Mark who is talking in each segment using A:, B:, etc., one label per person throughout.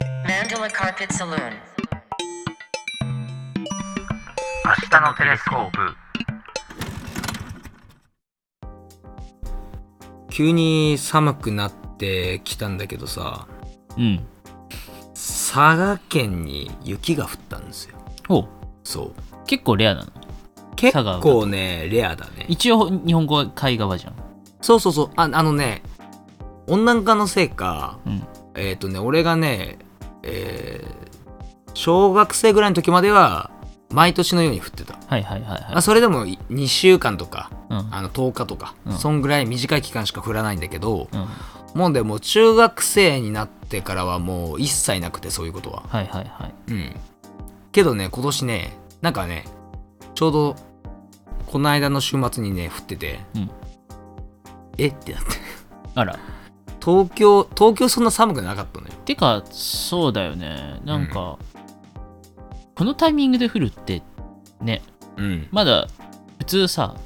A: Solar Carpet Saloon.
B: 明日のテレスコープ
C: 急に寒くなってきたんだけどさ
B: うん
C: 佐賀県に雪が降ったんですよ
B: おう
C: そう
B: 結構レアなの
C: 結
B: 賀が
C: 構ねレアだね
B: 一応日本語は海側じゃん
C: そうそうそうああのね温暖化のせいか
B: うん
C: えっ、とね俺がねえー小学生ぐらいの時までは毎年のように降ってた、
B: はいはいはいは
C: あ
B: い
C: それでも2週間とか
B: うん
C: あの10日とか、
B: うん
C: そんぐらい短い期間しか降らないんだけど、
B: うん
C: もうでも中学生になってからはもう一切なくてそういうことは
B: はいはいはい
C: うん。けどね、今年ね、なんかね、ちょうど、この間の週末にね、降ってて、
B: うん
C: えってなって。
B: あら
C: 東京、東京そんな寒くなかったのよ。
B: てかそうだよねなんか、このタイミングで降るってね
C: うん。
B: まだ普通さ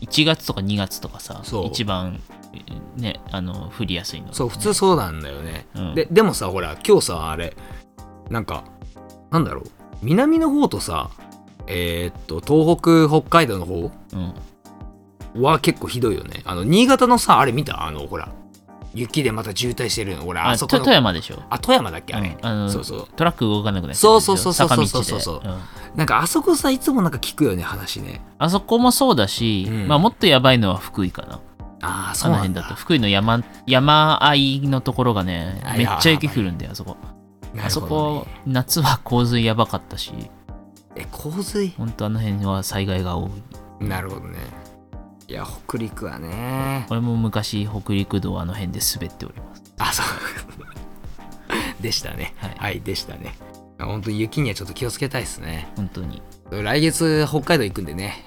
B: 1月とか2月とかさ
C: そう
B: 一番ねあの降りやすいの
C: そう、普通そうなんだよね。
B: うん
C: で、でもさ、ほら、今日さ、あれ、なんか、なんだろう、南の方とさ、えーっと、東北、北海道の方
B: うん
C: は結構ひどいよね。あの、新潟のさ、あれ見たあの、ほら、雪でまた渋滞してるの。ほら、あ
B: あ
C: そ
B: と
C: この
B: 富。山でしょ
C: あ、富山だっけあれ
B: うん。あの
C: そうそう。
B: トラック動かなくなっちゃ
C: そうそうそうそう
B: 坂道で
C: そうそうそうそうんなんかあそこさいつもなんか聞くよね話ね
B: あそこもそうだし、
C: うん
B: まあもっとやばいのは福井かな。
C: ああそ
B: あ
C: う
B: の
C: なん
B: 辺
C: だ
B: だと福井の山山あいのところがね
C: あ、
B: めっちゃ
C: やばい
B: 雪降るんだよ、あそこ。
C: な
B: あ
C: る
B: そ
C: ほどね、
B: こ夏は洪水やばかったし、
C: え洪水
B: 本当あの辺は災害が多い。
C: なるほどねいや北陸はね
B: 俺も昔、北陸道あの辺で滑っております。
C: あそう でしたね
B: はい
C: はいでしたね本当に雪にはちょっと気をつけたいですね
B: 本当に。
C: 来月北海道行くんでね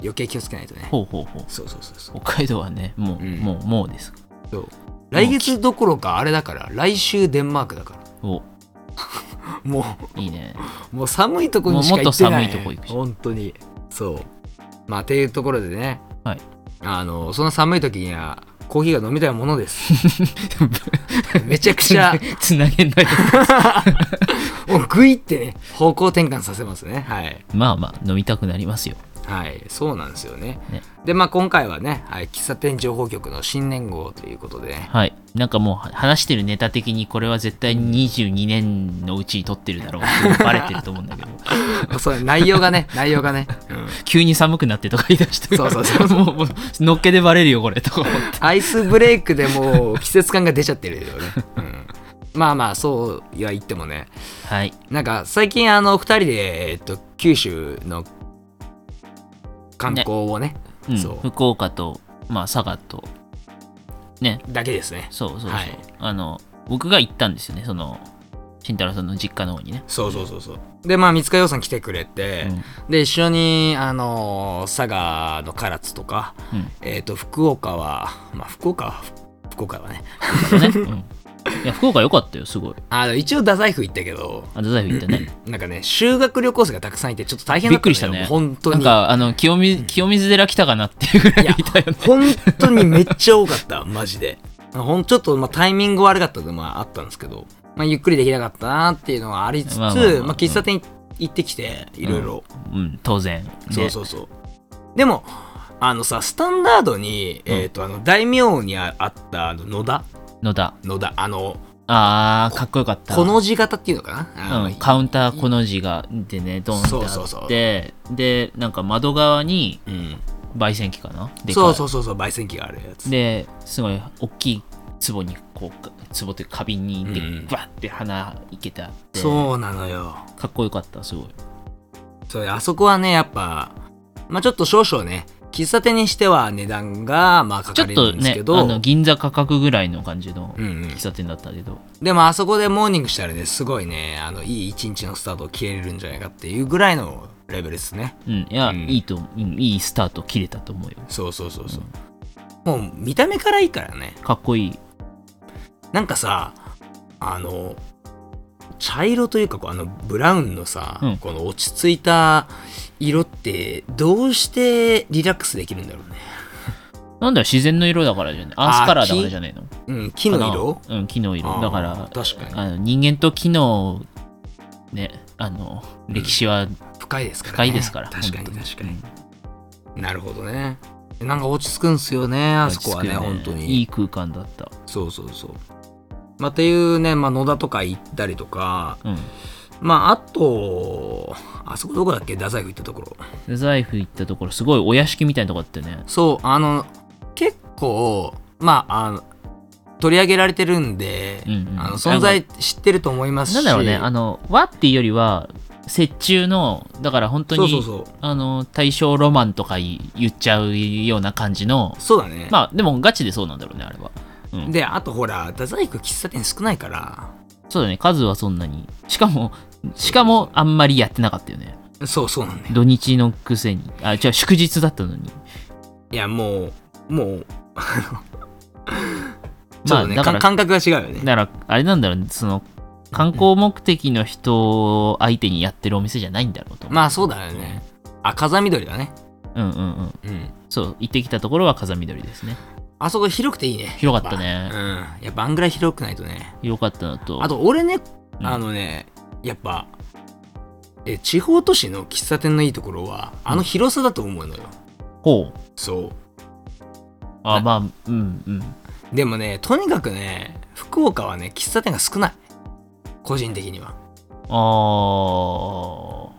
C: 余計気をつけないとね
B: ほうほうほう。
C: そうそうそうそう
B: 北海道はね、もう、
C: うん
B: もう、もうです。
C: そう来月どころかあれだから来週デンマークだか
B: お、
C: らも
B: いいね。
C: うもう寒いとこにしか行ってない
B: もうもっと寒いとこ行くし
C: 本当にそうまあっていうところでね
B: はい。
C: あのそんな寒い時にはコーヒーが飲みたいものです めちゃくちゃ
B: つなげない。
C: もうグイってね方向転換させますねはい
B: まあまあ、飲みたくなりますよ。
C: はいそうなんですよね
B: ね
C: でまあ今回はね、はい、喫茶店情報局の新年号ということでね
B: はい。なんかもうは話してるネタ的にこれは絶対22年のうちに撮ってるだろうっていうのバレてると思うんだけど、
C: そう内容がね 内容がね、うん
B: 急に寒くなってとか言い出して、
C: そうそうそう
B: もう、もうのっけでバレるよこれとか思って。
C: アイスブレイクでもう季節感が出ちゃってるよね、うん、まあまあそうは言ってもね
B: はい。
C: なんか最近あの2人で、えっと、九州の観光をね
B: うん、
C: そう
B: 福岡と、まあ佐賀と、ね、
C: だけですね
B: そうそうそう、
C: はい
B: あの、僕が行ったんですよね、その、慎太郎さんの実家の方にね。
C: そうそうそうそうでまあ三塚洋さん来てくれて、で一緒にあのー佐賀の唐津とか、
B: うん
C: えっ、と福岡はまあ福岡は福岡はね
B: う ん。ね。うん。いや、福岡良かったよ、すごい。
C: あの一応太宰府行ったけど
B: あ、太宰府行ったね。
C: なんかね修学旅行生がたくさんいてちょっと大変だった
B: びっくりしたね
C: 本当
B: な
C: に
B: んか、あの、清水、清水寺来たかなっていうぐらい
C: い や
B: いたよね。
C: 本当にめっちゃ多かったマジでほんちょっと、まあ、タイミング悪かったのでまああったんですけど、まあ、ゆっくりできなかったなっていうのはありつつ、
B: ま
C: ま
B: あ
C: あ
B: まあまあうん
C: 喫茶店行ってきていろいろ、
B: うん、当然。ね
C: そうそうそう。でも、あのさ、スタンダードに、
B: うん
C: えっ、と、あの、大名にああった、あの、野田
B: のだ。
C: 野田、あの、
B: あー、かっこよかった。
C: この字型っていうのかな、あ
B: う
C: の
B: ん、カウンターこの字がでね、ドンってあっ
C: そ
B: て、
C: うそうそう
B: で、なんか窓側に
C: うん
B: 焙煎機かなでかい
C: そうそうそうそう、焙煎機があるやつ。
B: で、すごい大きい壺に、こうか、壺というか花瓶に、で
C: うんうん、
B: バッて花いけてあって、
C: そうなのよ。
B: かっこよかった、すごい。
C: それ、あそこはね、やっぱ、まあちょっと少々ね、喫茶店にしては値段が、まあか
B: ちょ
C: か
B: っ
C: れ
B: と
C: るんです
B: ね
C: け、
B: あ
C: ど、
B: の銀座価格ぐらいの感じの
C: うんうん
B: 喫茶店だったけど、
C: でもあそこでモーニングしたらね、すごいね、あの、いい一日のスタートを切れるんじゃないかっていうぐらいのレベルですね。
B: うん、いや、
C: うん
B: いいと、うんいいスタート切れたと思うよ。
C: そうそうそうそう。もう見た目からいいからね。
B: かっこいい。
C: なんかさあの茶色というかこうあのブラウンのさ、
B: うん
C: この落ち着いた色ってどうしてリラックスできるんだろうね
B: なんだよ、自然の色だからじゃないアースカラーだからじゃないの
C: うん、木の色
B: うん、木の色。だか
C: あ
B: ら
C: ー、確かに
B: あの人間と木の、ね、あの、
C: ん
B: 歴史は
C: 深いですから、ね、
B: 深いですか ら。
C: 確かに
B: 本当
C: 確かに、なるほどねなんか落ち着くんすよね
B: うん
C: あそこはね
B: 落ち着くよ
C: 本当に
B: いい空間だった。
C: そうそうそうまあ、っていうね、まあ、野田とか行ったりとか、
B: うん。
C: まあ、あと、あそこどこだっけ太宰府行ったところ。
B: で財布行ったところ、すごいお屋敷みたいなとこあってね。
C: そう、あの、結構、まあ、あの、取り上げられてるんで、
B: うんうん
C: あの存在知ってると思いますし。
B: なんだろうね、あの、和っていうよりは、折衷の、だから本当
C: そう
B: に、
C: そうそう。
B: あの、大正ロマンとかい言っちゃうような感じの、
C: そうだね。
B: まあ、でもガチでそうなんだろうね、あれは。うん、
C: で、あとほら、太宰府喫茶店少ないから、
B: そうだね、数はそんなに。しかも、しかもあんまりやってなかったよね。
C: そうそうなんだよ。
B: 土日のくせに。あ、じゃ祝日だったのに。
C: いや、もう、もう、あのちょっ
B: まあ
C: とね、
B: だから
C: か感覚が違うよね。
B: だから、あれなんだろうね、その、観光目的の人を相手にやってるお店じゃないんだろうと思う。
C: まあ、そうだよね。あ、風緑だね。
B: うんうんうん。
C: うん。
B: そう、行ってきたところは風見鳥ですね。
C: あそこ広くていいね。
B: 広かったね
C: やっぱうん。やっぱあんぐらい広くないとね。
B: よかったのと。
C: あと俺ね、
B: うん
C: あのね、やっぱ、え地方都市の喫茶店のいいところは、あの広さだと思うのよ。
B: ほう。
C: そ
B: あ、
C: ね
B: まあ、うんうん。
C: う。でもね、とにかくね、福岡はね、喫茶店が少ない。個人的には。
B: あー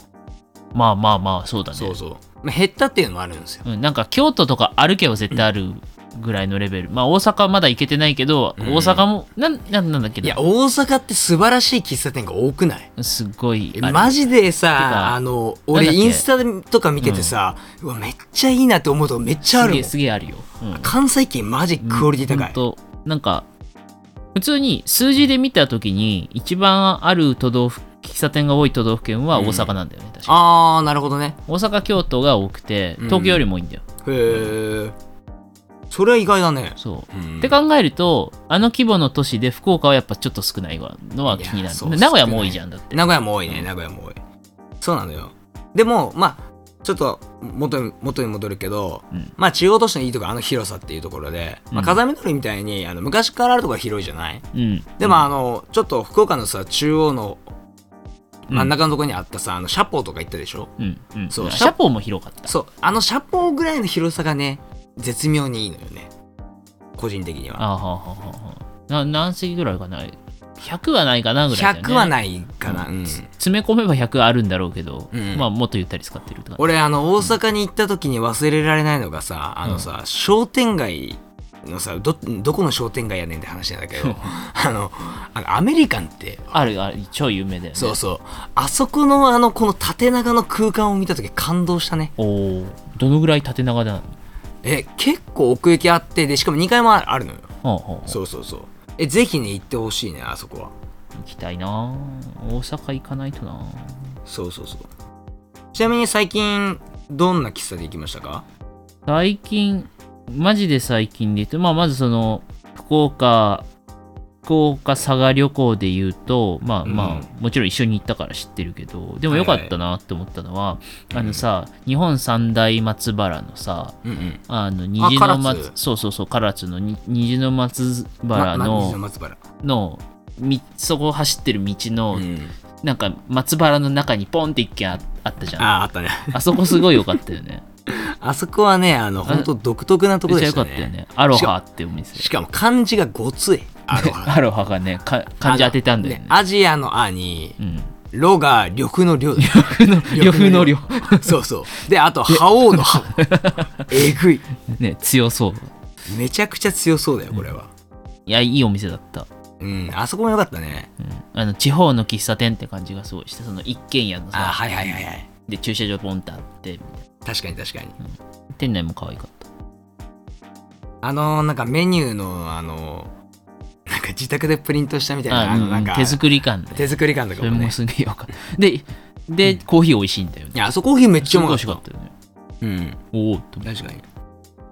B: まあまあまあ、そうだね。
C: そうそう。まあ、減ったっていうのもあるんですよ。
B: うん、なんか京都とか歩けば絶対あるぐらいのレベル。まあ大阪まだ行けてないけど、
C: うん
B: 大阪も、なん、なんなんだっけ
C: い
B: な
C: や、大阪って素晴らしい喫茶店が多くない
B: すっごい
C: え。
B: あれ
C: マジで
B: てか
C: さ、あの、
B: なんだ
C: 俺
B: っけ
C: インスタとか見ててさ、うわ、めっちゃいいなって思うとこめっちゃあるも
B: す
C: ん
B: げえ、。すげえあるよ。うん
C: 関西圏マジクオリティ高い。
B: となんか普通に数字で見た時に一番ある都道府喫茶店が多い都道府県は大阪なんだよね、確か
C: あー、なるほどね。
B: 大阪京都が多くて
C: うん
B: 東京よりも多いんだよ、
C: へえ。それは意外だね。
B: そううっ
C: ん
B: て考えるとあの規模の都市で福岡はやっぱちょっと少ないわのは気に
C: いや
B: な
C: そう
B: る名古屋も多いじゃんだって
C: 名古屋も多いね、
B: うん
C: 名古屋も多い。そうなのよ。でも、まあ、ちょっと元に元に戻るけど、
B: うん
C: まあ、中央都市のいいところあの広さっていうところで、ま
B: う
C: あ、
B: ん
C: 風見鶏みたいにあの昔からあるところは広いじゃない
B: うん
C: でも、あの、ちょっと福岡のさ、中央の真ん中のところにあったさ、あの、シャポーとか行ったでしょ
B: うんうん
C: そう
B: シャポーも広かった
C: そう、あのシャポーぐらいの広さがね、絶妙にいいのよね。個人的には。
B: あはあはあはあな何席ぐらいかな100はないかなぐらいだよね
C: 100はないかな。うん
B: 詰め込めば100あるんだろうけど、
C: うん
B: まあもっとゆったり使ってるとか
C: 俺あの大阪に行った時に忘れられないのがさあのさ、商店街のさどどこの商店街やねんって話なんだけど あのあのアメリカンって
B: あるある超有名だよね
C: そうそうあそこのあのこの縦長の空間を見た時感動したね
B: おおどのぐらい縦長だ
C: え結構奥行きあってでしかも2階もあるのよ
B: ほうほう
C: そうそうそうえぜひね行ってほしいねあそこは
B: 行きたいな大阪行かないとな
C: そうそうそうちなみに最近どんな喫茶で行きましたか
B: 最近マジで最近で言うと、まあ、まずその福岡福岡佐賀旅行で言うとまあ
C: うん
B: まあ、もちろん一緒に行ったから知ってるけどでもよかったなって思ったのは、あのさ、日本三大松原のさ
C: うんうん
B: あの虹の
C: 唐
B: 松
C: 津
B: そうそうそう唐津のに虹の松
C: ま
B: 原
C: ま
B: の
C: 水の松原、
B: のみそこを走ってる道の、
C: うん、
B: なんか松原の中にポンって一軒ああったじゃんあ
C: あああったね
B: そこすごい良かったよね
C: あそこはね、あの、
B: あ
C: 本当独特なとこ
B: めっ
C: ろ
B: ちゃ
C: で
B: 良
C: し
B: か
C: た
B: ったよ
C: ね。
B: ねアロハってお店
C: しかも漢字がごつい。アロハ。
B: アロハがねか 漢字当てたんだよね
C: アジアのアに、
B: うん
C: ロが緑の緑 だ。
B: 呂布の呂
C: そうそう。で、あと、覇王の 覇。えぐい。
B: ね強そう
C: めちゃくちゃ強そうだよ、これは。
B: いやいいお店だった、
C: うん、あそこもよかったね。
B: うんあの地方の喫茶店って感じがすごいしてその一軒家の
C: あ、
B: さ
C: はいはいはいはい。
B: で駐車場ポンってあって
C: 確かに確かに。
B: 店内も可愛かった
C: あの、なんかメニューの、あの、なんか自宅でプリントしたみたいな、
B: あ
C: あ
B: うん
C: の、なんか、
B: 手作り感で
C: 手作り感と
B: そ
C: か
B: れ
C: もね
B: も。すげえよかったでで、コーヒー美味しいんだよ
C: い
B: ね
C: や、あそこコーヒーめっち
B: す
C: ゃ
B: ご
C: うま
B: い美味し
C: か
B: か
C: っ
B: ったよね
C: た。うん。
B: おおって思っ
C: 確かに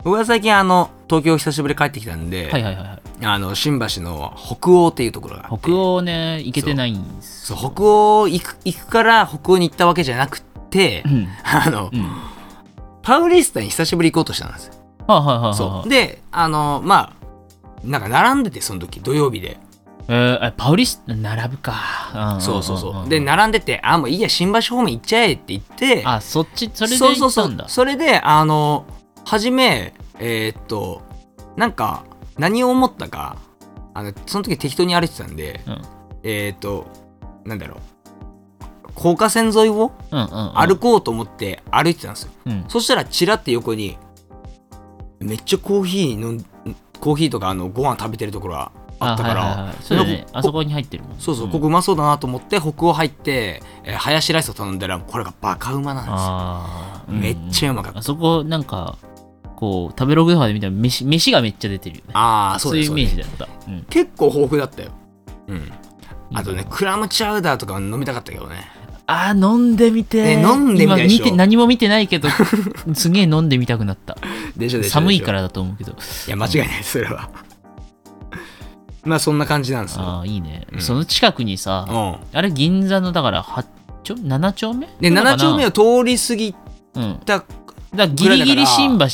C: 僕は最近あの東京久しぶりに帰ってきたんで、
B: てはいはいはいはい
C: あの新橋の北欧っていうところがあって
B: 北欧ね行けてないんです
C: そう北欧行く行くから北欧に行ったわけじゃなくて、
B: うん
C: あの、
B: うんは
C: パウリスタに久しぶりに行こうとしたんですよ、
B: あはいはいはいは
C: そうであのまあなんか並んでてその時土曜日で、
B: えーあパウリス並ぶか、ん
C: そうそうそう、
B: ん
C: で並んでてあもういいや新橋方面行っちゃえって言って
B: あそっちそれで
C: そうそ
B: 行
C: う
B: っ
C: そ
B: たん
C: う
B: だ
C: それであの初めえーっとなんか何を思ったかあのその時適当に歩いてたんで、
B: うん
C: えーっとなんだろう高架線沿いを
B: うんうんうん
C: 歩こうと思って歩いてたんですよ、
B: うん
C: そしたらチラって横にめっちゃコーヒー飲んコーヒーとかあのご飯食べてるところがあったから、
B: はいはいはいそうだね
C: こ
B: あそこに入ってるもん
C: そうそう、
B: ん
C: ここうまそうだなと思って北欧入って、えー、ハヤシライスを頼んだらこれがバカうまなんですよ
B: あー
C: めっちゃうまかった
B: あそこなんかこう食べログとかで見たら飯飯がめっちゃ出てるよね
C: ああそう
B: そう
C: で
B: い
C: す
B: うイ
C: そうで
B: メー
C: す
B: ジだったうん
C: 結構豊富だったようんあとねクラムチャウダーとか飲みたかったけどね
B: あー飲んでみて
C: ね飲んでみたでしょ
B: 今見て何も見てない けどすげえ飲んでみたくなった
C: でしょでしょ
B: 寒いかららだと思うけど
C: いや間違いないそれはまあそんな感じなんですよ
B: ああいいね、
C: うん
B: その近くにさ、
C: うん
B: あれ銀座のだから八丁7丁目
C: で7丁目
B: を
C: を通り過ぎ
B: うん
C: た
B: だからギリギリ新橋な感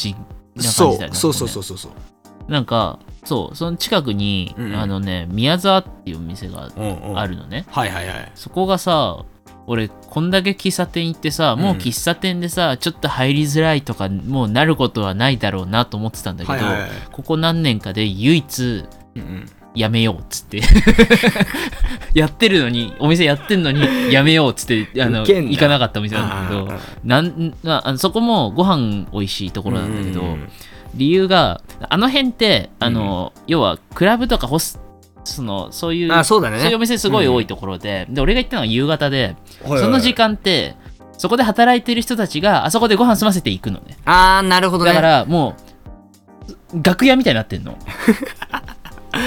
B: じだ
C: そ
B: よね
C: うそうそうそううそうそう
B: なんかそうその近くに、
C: うんうん
B: あのね宮沢っていうお店が
C: うんうん
B: あるのね
C: はいはいはい
B: そこがさ俺こんだけ喫茶店行ってさもう喫茶店でさ、ちょっと入りづらいとかもうなることはないだろうなと思ってたんだけど、
C: はいはいはい
B: ここ何年かで唯一
C: うんうん
B: やめようっつって やってるのにお店やってんのにやめようっつってあの
C: ウケんな
B: 行かなかったお店なんだけど
C: あ
B: なんなあのそこもご飯美味しいところなんだけど、
C: ううん
B: 理由があの辺ってあの、要はクラブとかホスそのそういう
C: あそうだね
B: そういうお店すごい多いところで,、で俺が行ったのは夕方で、
C: はいはい
B: その時間ってそこで働いてる人たちがあそこでご飯済ませていくのね
C: ああなるほどね
B: だからもう楽屋みたいになってん の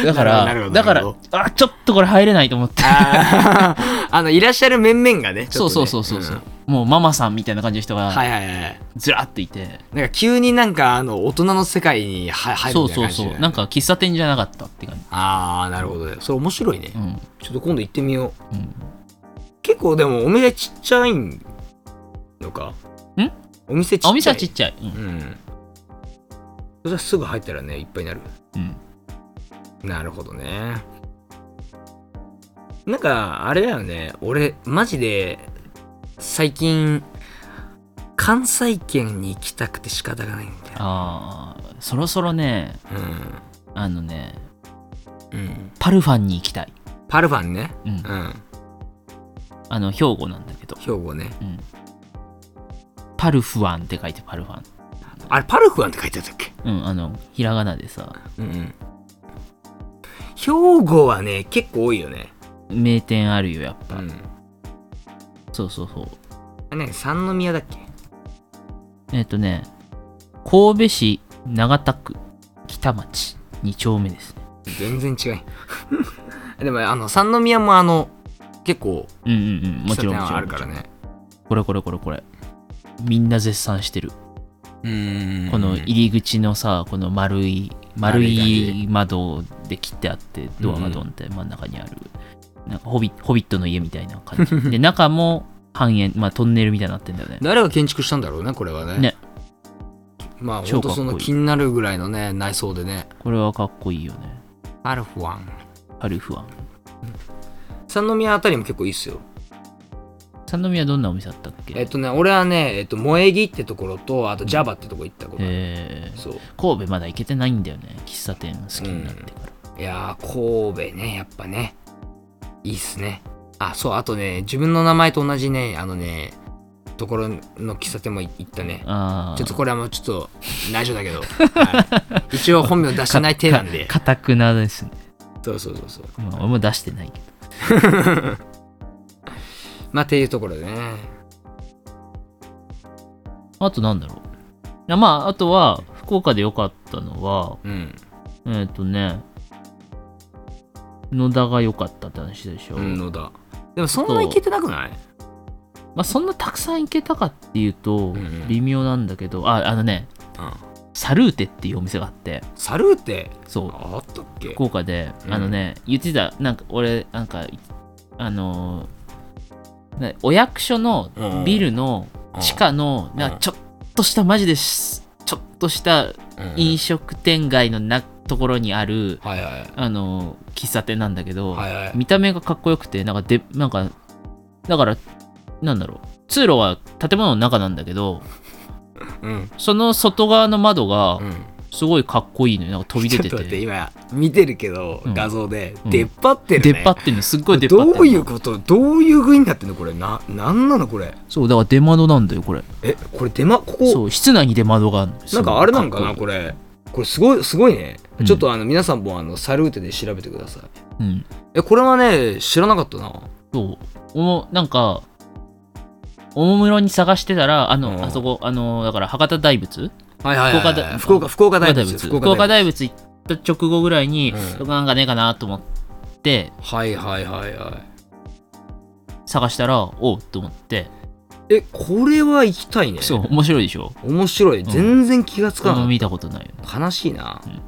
B: だから
C: なるほどな
B: だ
C: るほど
B: か
C: なる
B: らあちょっとこれ入れないと 思って
C: あーあのいらっしゃる面々がねち
B: そ
C: ょ
B: う
C: っと
B: そう
C: ね、
B: そうそうそうんもうママさんみたいな感じの人が
C: はいはいはい
B: ずらっといて、
C: なんか急になんかあの大人の世界には入る
B: そ
C: み
B: う
C: たいな感
B: そう
C: じ
B: そ
C: で、ね、
B: うなんか喫茶店じゃなかったって感じ
C: ああなるほどねそれ面白いね、
B: うん
C: ちょっと今度行ってみよう
B: うん
C: 結構でもお店ちっちゃいのか
B: ん
C: お店ちっちゃ
B: あ
C: い
B: お店はちっちゃい、うん
C: うんそれはすぐ入ったらねいっぱいになる
B: うん
C: なるほどねなんかあれだよね俺マジで最近関西圏に行きたくて仕方がないんだよ
B: ああそろそろねあのね
C: うん、うん、
B: パルファンに行きたい、
C: パルファンね
B: うん
C: うん
B: あの兵庫なんだけど、
C: 兵庫ね
B: うん、パルフワンって書いてパルファン
C: あれパルフワンって書いてあったっけ
B: うんあのひらがなでさ
C: うんうん兵庫はね結構多いよね
B: 名店あるよやっ
C: う
B: ぱ、
C: ん
B: そうそうそう
C: あれね三宮だっけ
B: えっ、とね神戸市長田区北町2丁目ですね
C: 全然違い でもあの三宮もあの結構
B: うんうんうんも
C: 喫茶店
B: ちろんもちろ
C: は
B: ん
C: あるからね
B: これこれこれこれみんな絶賛してる
C: うん
B: この入り口のさこの丸い丸い窓で切ってあってドアがドンって真ん中にある、なんかホビホビットの家みたいな感 じで中も半円、まあ、トンネルみたいになってんだよね
C: 誰が建築したんだろうねこれはね
B: ね
C: まあ
B: 超
C: 本
B: か
C: 当
B: っこいい
C: その気になるぐらいのね内装でね
B: これはかっこいいよね
C: アルフワン
B: アルフワン
C: 三宮あたりも結構いいっすよ
B: 三宮どんなお店だったっけ
C: えっとね俺はねえっと萌え木ってところとあとジャバってとこ行ったことある
B: えー
C: そう
B: 神戸まだ行けてないんだよね喫茶店好きになってから、
C: いやー神戸ねやっぱねいいっすねあそうあとね自分の名前と同じねあのねところの喫茶店も行ったね
B: ああ
C: ちょっとこれはもうちょっと内緒だけど、はい一応本名出してない手なんで
B: かかたくなですね、
C: そうそうそうそう
B: まあ、俺も出してないけど
C: まあっていうところでね
B: あとなんだろうあまああとは福岡で良かったのは
C: うん
B: えっ、とね、野田が良かったって話でしょ。
C: うん
B: ま
C: のだでもそんな行けてなくない
B: あそんなたくさん行けたかっていうと
C: んうん
B: 微妙なんだけど、あ、あのね、
C: うん
B: サルーテっていうお店があって、
C: サルーテ
B: そう、
C: あったっけ
B: 福岡で、
C: うん
B: あのね、言ってた、なんか俺、なんか、あのーなお役所の
C: うん
B: ビルの地下の、
C: うん
B: なんかちょっとした、マジです、ちょっとした
C: うん
B: 飲食店街のなところにある
C: はいはい
B: あの喫茶店なんだけど、
C: はいはい
B: 見た目がかっこよくてなんかでなんかだからなんだろう通路は建物の中なんだけど
C: うん
B: その外側の窓が
C: うん
B: すごいかっこいいのよなんか飛び
C: ち
B: 出
C: ょってと
B: て
C: 待って今見てるけど
B: うん
C: 画像で
B: うん
C: 出っ張って
B: 出
C: る
B: っ
C: ね
B: 張ってるのすっごい出っ張ってる
C: どういうことどういう具になってんのこれななんなのこれ
B: そうだから出窓なんだよこれ
C: えこれ出まここ
B: そう室内に出窓があるの
C: なんかあれなんかなこ
B: れ
C: れこれすごいすごいね、
B: うん
C: ちょっとあの皆さんもあのサルーテで調べてください
B: うん
C: えこれはね知らなかったな
B: そうおもなんかおもむろに探してたらあの、
C: うん
B: あそこあのだから博多大仏
C: はいはいはいはい
B: 福
C: 福
B: 岡
C: 岡福岡
B: 福岡
C: 大
B: 大
C: 仏
B: 仏福岡大仏行った直後ぐらいに、
C: うん
B: なんかねえかなと思って
C: はいはいはいは
B: 探したらおうと思って
C: いえこれは行きたいね
B: そう面白いでしょ
C: 面白い
B: ん
C: 全然気がつか
B: あ
C: な
B: の
C: い、
B: 見たことないよね
C: 悲しいな、
B: うん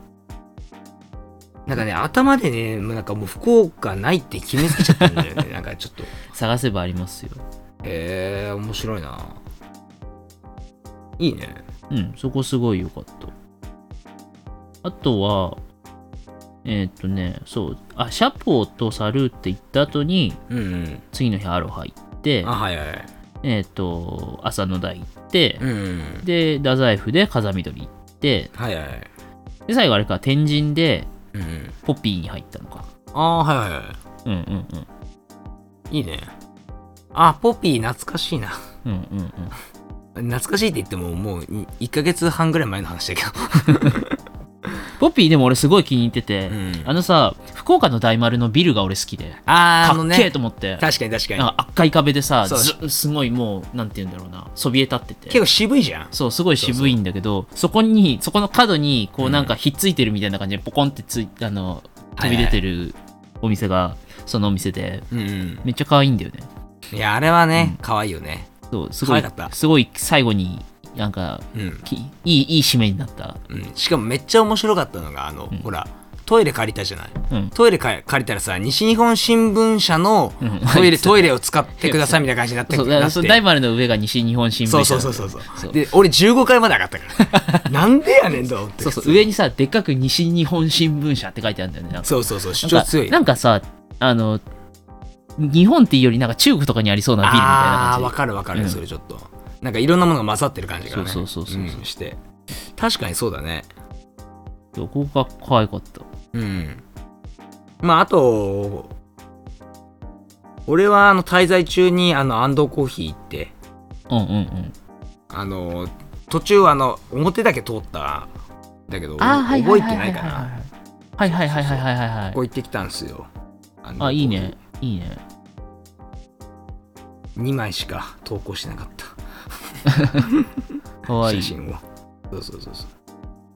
C: なんかね頭でねもうなんかもう福岡ないって決めつけちゃったんだよね なんかちょっとへ
B: 探せばありますよ
C: え面白いないいね
B: うんそこすごい良かったあとはえーっとねそうあシャポーとサルーって行った後に
C: うんうん
B: 次の日アロハ行って
C: あはいはい
B: えーっと朝の台行って、
C: うんうん
B: で太宰府で風見鶏行って
C: はいはい
B: で最後あれか天神で
C: うんうん
B: ポピーに入ったのか
C: あーはいはいは
B: うんうんうん
C: いいいねあポピー懐かしいな
B: うんうんうん
C: 懐かしいって言ってももう1ヶ月半ぐらい前の話だけど
B: ポピーでも俺すごい気に入ってて、
C: うん
B: あのさ福岡の大丸のビルが俺好きで
C: あーあ
B: か
C: の
B: っけえ
C: ね
B: と思って、
C: 確かに確か
B: なん
C: に
B: か赤い壁でさ
C: そう
B: ずすごいもうなんて言うんだろうなそびえ立ってて
C: 結構渋いじゃん
B: そうすごい渋いんだけどそこにそこの角にこう
C: うん
B: なんかひっついてるみたいな感じでポコンってついあの飛び出てるお店がそのお店で
C: うんうん
B: めっちゃ可愛いんだよね
C: いやあれはね可愛いよね
B: そうすごい
C: 可愛かった
B: すごい最後になんか
C: うん
B: きいいいい締めになった
C: うんしかもめっちゃ面白かったのがあの
B: うん
C: ほらトイレ借りたじゃない
B: うん
C: トイレか借りたらさ西日本新聞社の
B: うん
C: ト イレトイレを使ってくださいみたいな感じになって
B: そうだ
C: な
B: から
C: って
B: そう大丸の上が西日本新聞
C: そう
B: 社
C: そうん
B: なだ
C: そ
B: よ
C: うそうそう
B: そう
C: で俺15回まで上がったから なんでやねんと思って
B: そうそう上にさでっかく西日本新聞社って書いてあるんだよねなんか
C: そうそうそう主
B: な
C: 張
B: んか
C: 強い
B: なんかさあの日本っていうよりなんか中国とかにありそうなビルみたいな
C: ああー
B: 感
C: わかるわかる、
B: うん
C: それちょっとなんかいろんなものが混ざってる感じがね
B: そうそうそうそうそうん
C: して確かにそうだね
B: じここが可愛かった
C: うんまああと俺はあの滞在中にあの安藤コーヒー行って
B: うんうんうん
C: あの途中あの表だけ通ったんだけど
B: あーはいは
C: 覚え
B: は
C: てないいかな
B: はいはいはいはいはいはいはいはい
C: ここ行ってきたんですよの
B: あいいねいいね
C: 2枚しか投稿してなかった
B: 可愛い
C: 写真をそうそうそうそう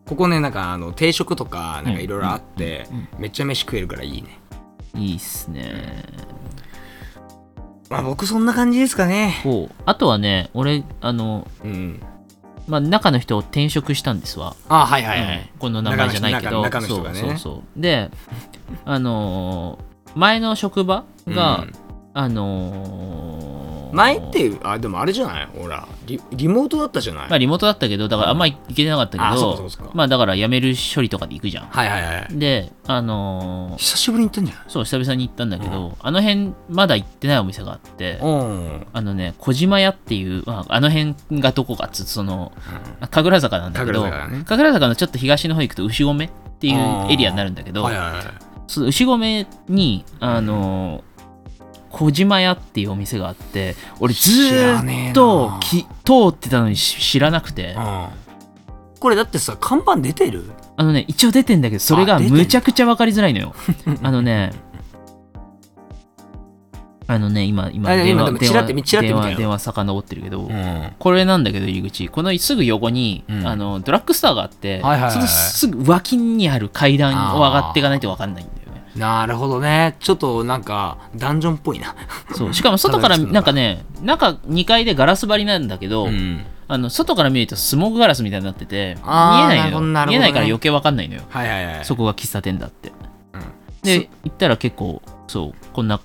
C: ここねなんかあの定食とかなんかいろいろあって、
B: うんうん
C: めっちゃ飯食えるからいいね
B: いいっすね
C: まあ僕そんな感じですかね。
B: こうあとはね俺あの
C: うん。
B: まあ中の人を転職したんですわ
C: あはいはいは
B: うん
C: い。
B: この名前じゃないけど
C: 中の人中の中の人がね
B: そうそうそうであのー前の職場が、
C: うん
B: あのー
C: 前っていう、あ、でもあれじゃないほらリ、リモートだったじゃない、
B: まあリモートだったけどだからあんまり行けてなかった
C: あ
B: け
C: そうか
B: ど
C: そうかそうか
B: まあだから辞める処理とかで行くじゃん
C: はいはいはい。
B: であのー
C: 久しぶりに行ったんじゃない
B: そう久々に行ったんだけど、あの辺まだ行ってないお店があって
C: うん。
B: あのね小島屋っていう、まあ、あの辺がどこかっつうとそのあ神楽坂なんだけど
C: 神楽坂ね
B: 楽坂のちょっと東の方行くと牛込っていうエリアになるんだけど、
C: はいはいはい。
B: その牛込にあのー小島屋っていうお店があって俺ずーっ
C: ね
B: とき通ってたのにし知らなくて
C: うん。これだってさ、看板出てる
B: あのね一応出てんだけどそれが
C: あ出てんだ
B: むちゃくちゃ分かりづらい のよあのねあのね今今
C: あ
B: 電
C: 今
B: 話
C: でも
B: 電
C: ちらっ
B: 話
C: て見ちらっ
B: 電
C: て見た
B: 話
C: よ
B: 電話遡ってるけど、
C: うん。はい
B: これなんだけど入り口このすぐ横に、
C: うん
B: あのドラッグストアがあっ
C: は
B: て、
C: いはいはい
B: そのすぐ脇にある階段を上がっていかないと分かんないんだよね
C: なるほどね。ちょっとなんか、ダンジョンっぽいな。
B: そうしかも外から
C: たどり着くのか
B: なんかね中2階でガラス張りなんだけど、
C: ん。
B: あの外から見るとスモークガラスみたいになってて見え
C: あー
B: な
C: な
B: いのよ
C: るほどなるほどね
B: 見えないから余計分かんないのよ
C: はいはいはい。
B: そこが喫茶店だって
C: うん
B: で行ったら結構そうこんな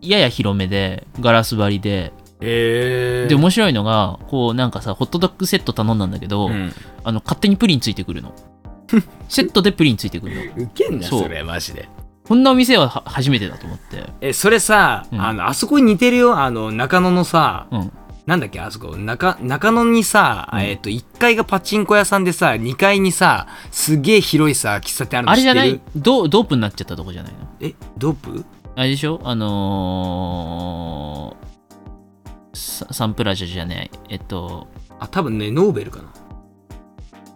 B: やや広めでガラス張りで
C: えー。
B: で面白いのがこうなんかさホットドッグセット頼んだんだけど、
C: うん
B: あの勝手にプリンついてくるのセットでプリンついてくるの
C: ウケんな
B: そう
C: それマジで
B: こんなお店はは初めてだと思って
C: えそれさ、
B: うん
C: あのあそこに似てるよあの中野のさ、
B: うん
C: なんだっけあそこ中中野にさ、
B: うん
C: えっと1階がパチンコ屋さんでさ2階にさすげえ広いさ喫茶店あるの
B: あれじゃな
C: 知っ
B: い
C: て
B: ドドープになっちゃったとこじゃないの
C: るえドープ
B: あれでしょあのーササンプラジャじゃないえっと
C: あ多分ねノーベルかな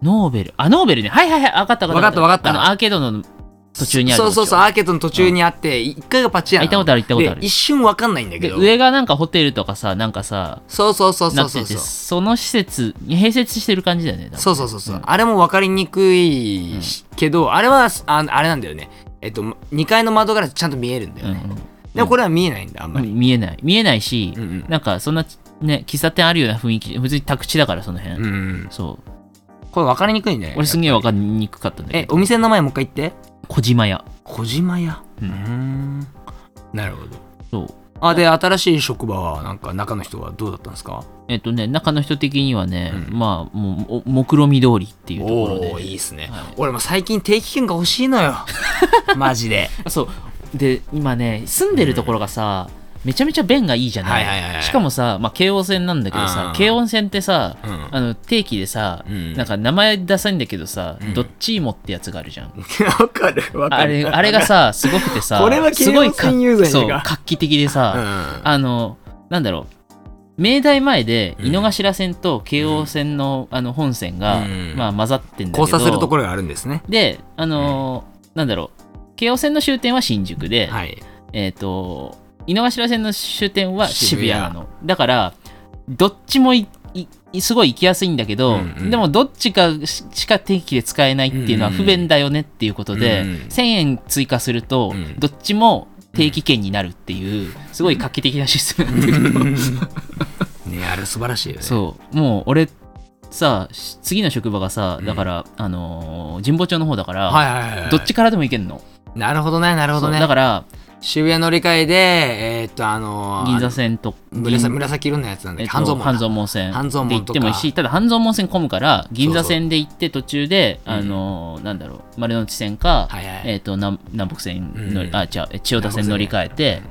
B: ノーベルあノーベルねはいはいはい分かった分かった
C: わかったわかった
B: あのアーケードの途中にある
C: そうそうそう
B: あ
C: アーケードの途中にあって、一1階がパチン
B: 行ったことある行ったことある
C: で一瞬わかんないんだけ
B: で
C: ど
B: 上がなんかホテルとかさなんかさ
C: そうそうそうそ
B: な
C: う
B: ってて
C: そう
B: そ
C: そう
B: の施設に併設してる感じだよね多分
C: そうそうそうそう、
B: うん
C: あれも分かりにくいしけど、あれはああれなんだよねえっと2階の窓ガラスちゃんと見えるんだよ
B: う
C: ね、
B: ん
C: でもこれは見えないんだあんま
B: うん
C: り、
B: 見えない見えないし、
C: うんうん
B: なんかそんなね喫茶店あるような雰囲気普通に宅地だからその辺、
C: うんうん、
B: そう
C: これ分かりにくいね
B: 俺すんげえ分かりにくかったんだけ
C: え
B: ど
C: お店の名前もう一回言って
B: 小島屋
C: 小島屋
B: う
C: うんーんなるほど
B: そう
C: あで新しい職場はなんか中の人はどうだったんですか
B: えっとね中の人的にはね、
C: うん
B: まあもうお目論見通りっていうところで
C: おーいいっすね、
B: はい
C: 俺も最近定期券が欲しいのよ マジで
B: あそうで今ね住んでるところがさ、めちゃめちゃ便がいいじゃない,、
C: はいはいはいはい
B: しかもさ、まあ、京王線なんだけど
C: う
B: さ
C: ん
B: 京王線ってさ、
C: うん
B: あの定期でさ、
C: うん
B: なんか名前出さないんだけどさ、
C: ん
B: どっちもってやつがあるじゃん
C: わかるわ
B: あれあれがさすごくてさ
C: これは京
B: すごい
C: 王
B: か
C: 線ユーザーに
B: そう
C: が
B: 画期的でさ、
C: う
B: あの、なんだろう、明大前で
C: うん
B: 井の頭線と京王線の,、あの本線が、
C: うん
B: まあ、混ざってん
C: ん、
B: だけど、
C: 交差するところがあるんですね
B: で、あのーなんだろう、京王線の終点は新宿で、
C: はい
B: えっ、と、井の頭線の終点は渋谷
C: 渋
B: な
C: 谷
B: の。だから、どっちもいいいすごい行きやすいんだけど、
C: うんうん
B: でもどっちかししか定期で使えないっていうの
C: う
B: は
C: んうん
B: 不便だよねっていうことで、
C: うんうん
B: 1000円追加すると、
C: うん
B: どっちも定期券になるっていう、すごい画期的なシステムなんだけど、
C: ねあれ素晴らしいよね
B: そうもう俺さし次の職場がさだから、あのー神保町の方だから、
C: はいはいはいはい
B: どっちからでも行けんの
C: なるほどねなるほど
B: そう
C: ね
B: だから
C: 渋谷乗り換えでえーっとあのー
B: 銀座線と
C: 紫
B: 銀
C: 紫色のやつなんだ
B: え
C: っ
B: っ
C: け
B: と
C: 半蔵門だ
B: 半蔵門線
C: 半蔵
B: で行
C: 門
B: っ
C: とか
B: てもいいしただ半蔵門線混むから銀
C: そ
B: 座
C: うそう
B: 線で行って途中で
C: うん
B: あのーなんだろう丸の内線
C: は
B: か、
C: いはい
B: えっと南南北線乗り、
C: うん
B: あ違うえ千代田線乗り換えて、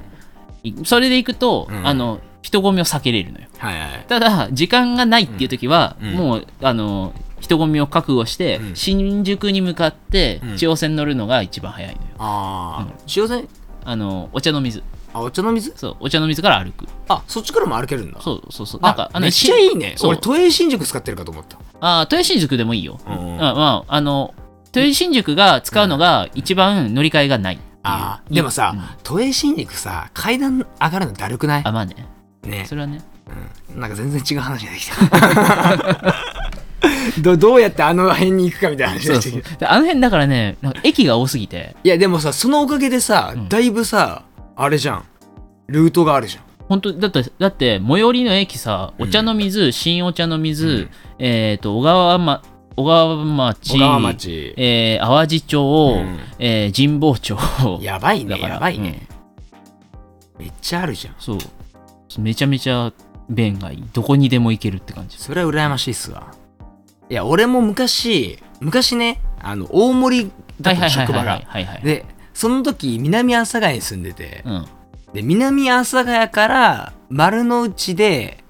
B: いそれで行くと、
C: うん
B: あの人混みを避けれるのよ
C: はいはい
B: ただ時間がないっていう時は、
C: うん
B: もうあの人混みを覚悟して、
C: うん
B: 新宿に向かって
C: うん
B: 千代線乗るのが一番早いのよ
C: ああ塩線
B: あのお茶の水
C: あお茶の水
B: そうお茶の水から歩く
C: あそっちからも歩けるんだ
B: そうそうそう
C: あ
B: なんかあの
C: めっちゃいいね
B: しそう
C: 俺都営新宿使ってるかと思った
B: あ豊洲新宿でもいいよ、
C: うんうん
B: あまああの豊洲新宿が使うのが一番乗り換えがないっていう
C: あーでもさ、
B: うん
C: 都営新宿さ階段上がるのだるくない
B: あまあね
C: ね
B: それ はね
C: なんか全然違う話が できたど どうやってあの辺に行くかみたいな話
B: そ
C: が
B: う
C: でき
B: そう
C: た
B: であの辺だからねなんか駅が多すぎて
C: いやでもさそのおかげでさ、
B: うん
C: だいぶさあれじゃんルートがあるじゃん
B: 本当だってだって最寄りの駅さお茶の水、新お茶の水、
C: うん
B: えっ、と小川,、ま、小川町
C: 小川町、
B: えー淡路町、
C: うん
B: えー神保町
C: やばい
B: だ
C: ね
B: から
C: やばいね、めっちゃあるじゃん
B: そうめちゃめちゃ便がいいどこにでも行けるって感じ
C: それは羨ましいっすわいや俺も昔昔ねあの大森だったの職場が
B: はいはいはいはいはい
C: でその時南阿佐ヶ谷に住んでて、
B: うん
C: で南阿佐ヶ谷から丸の内で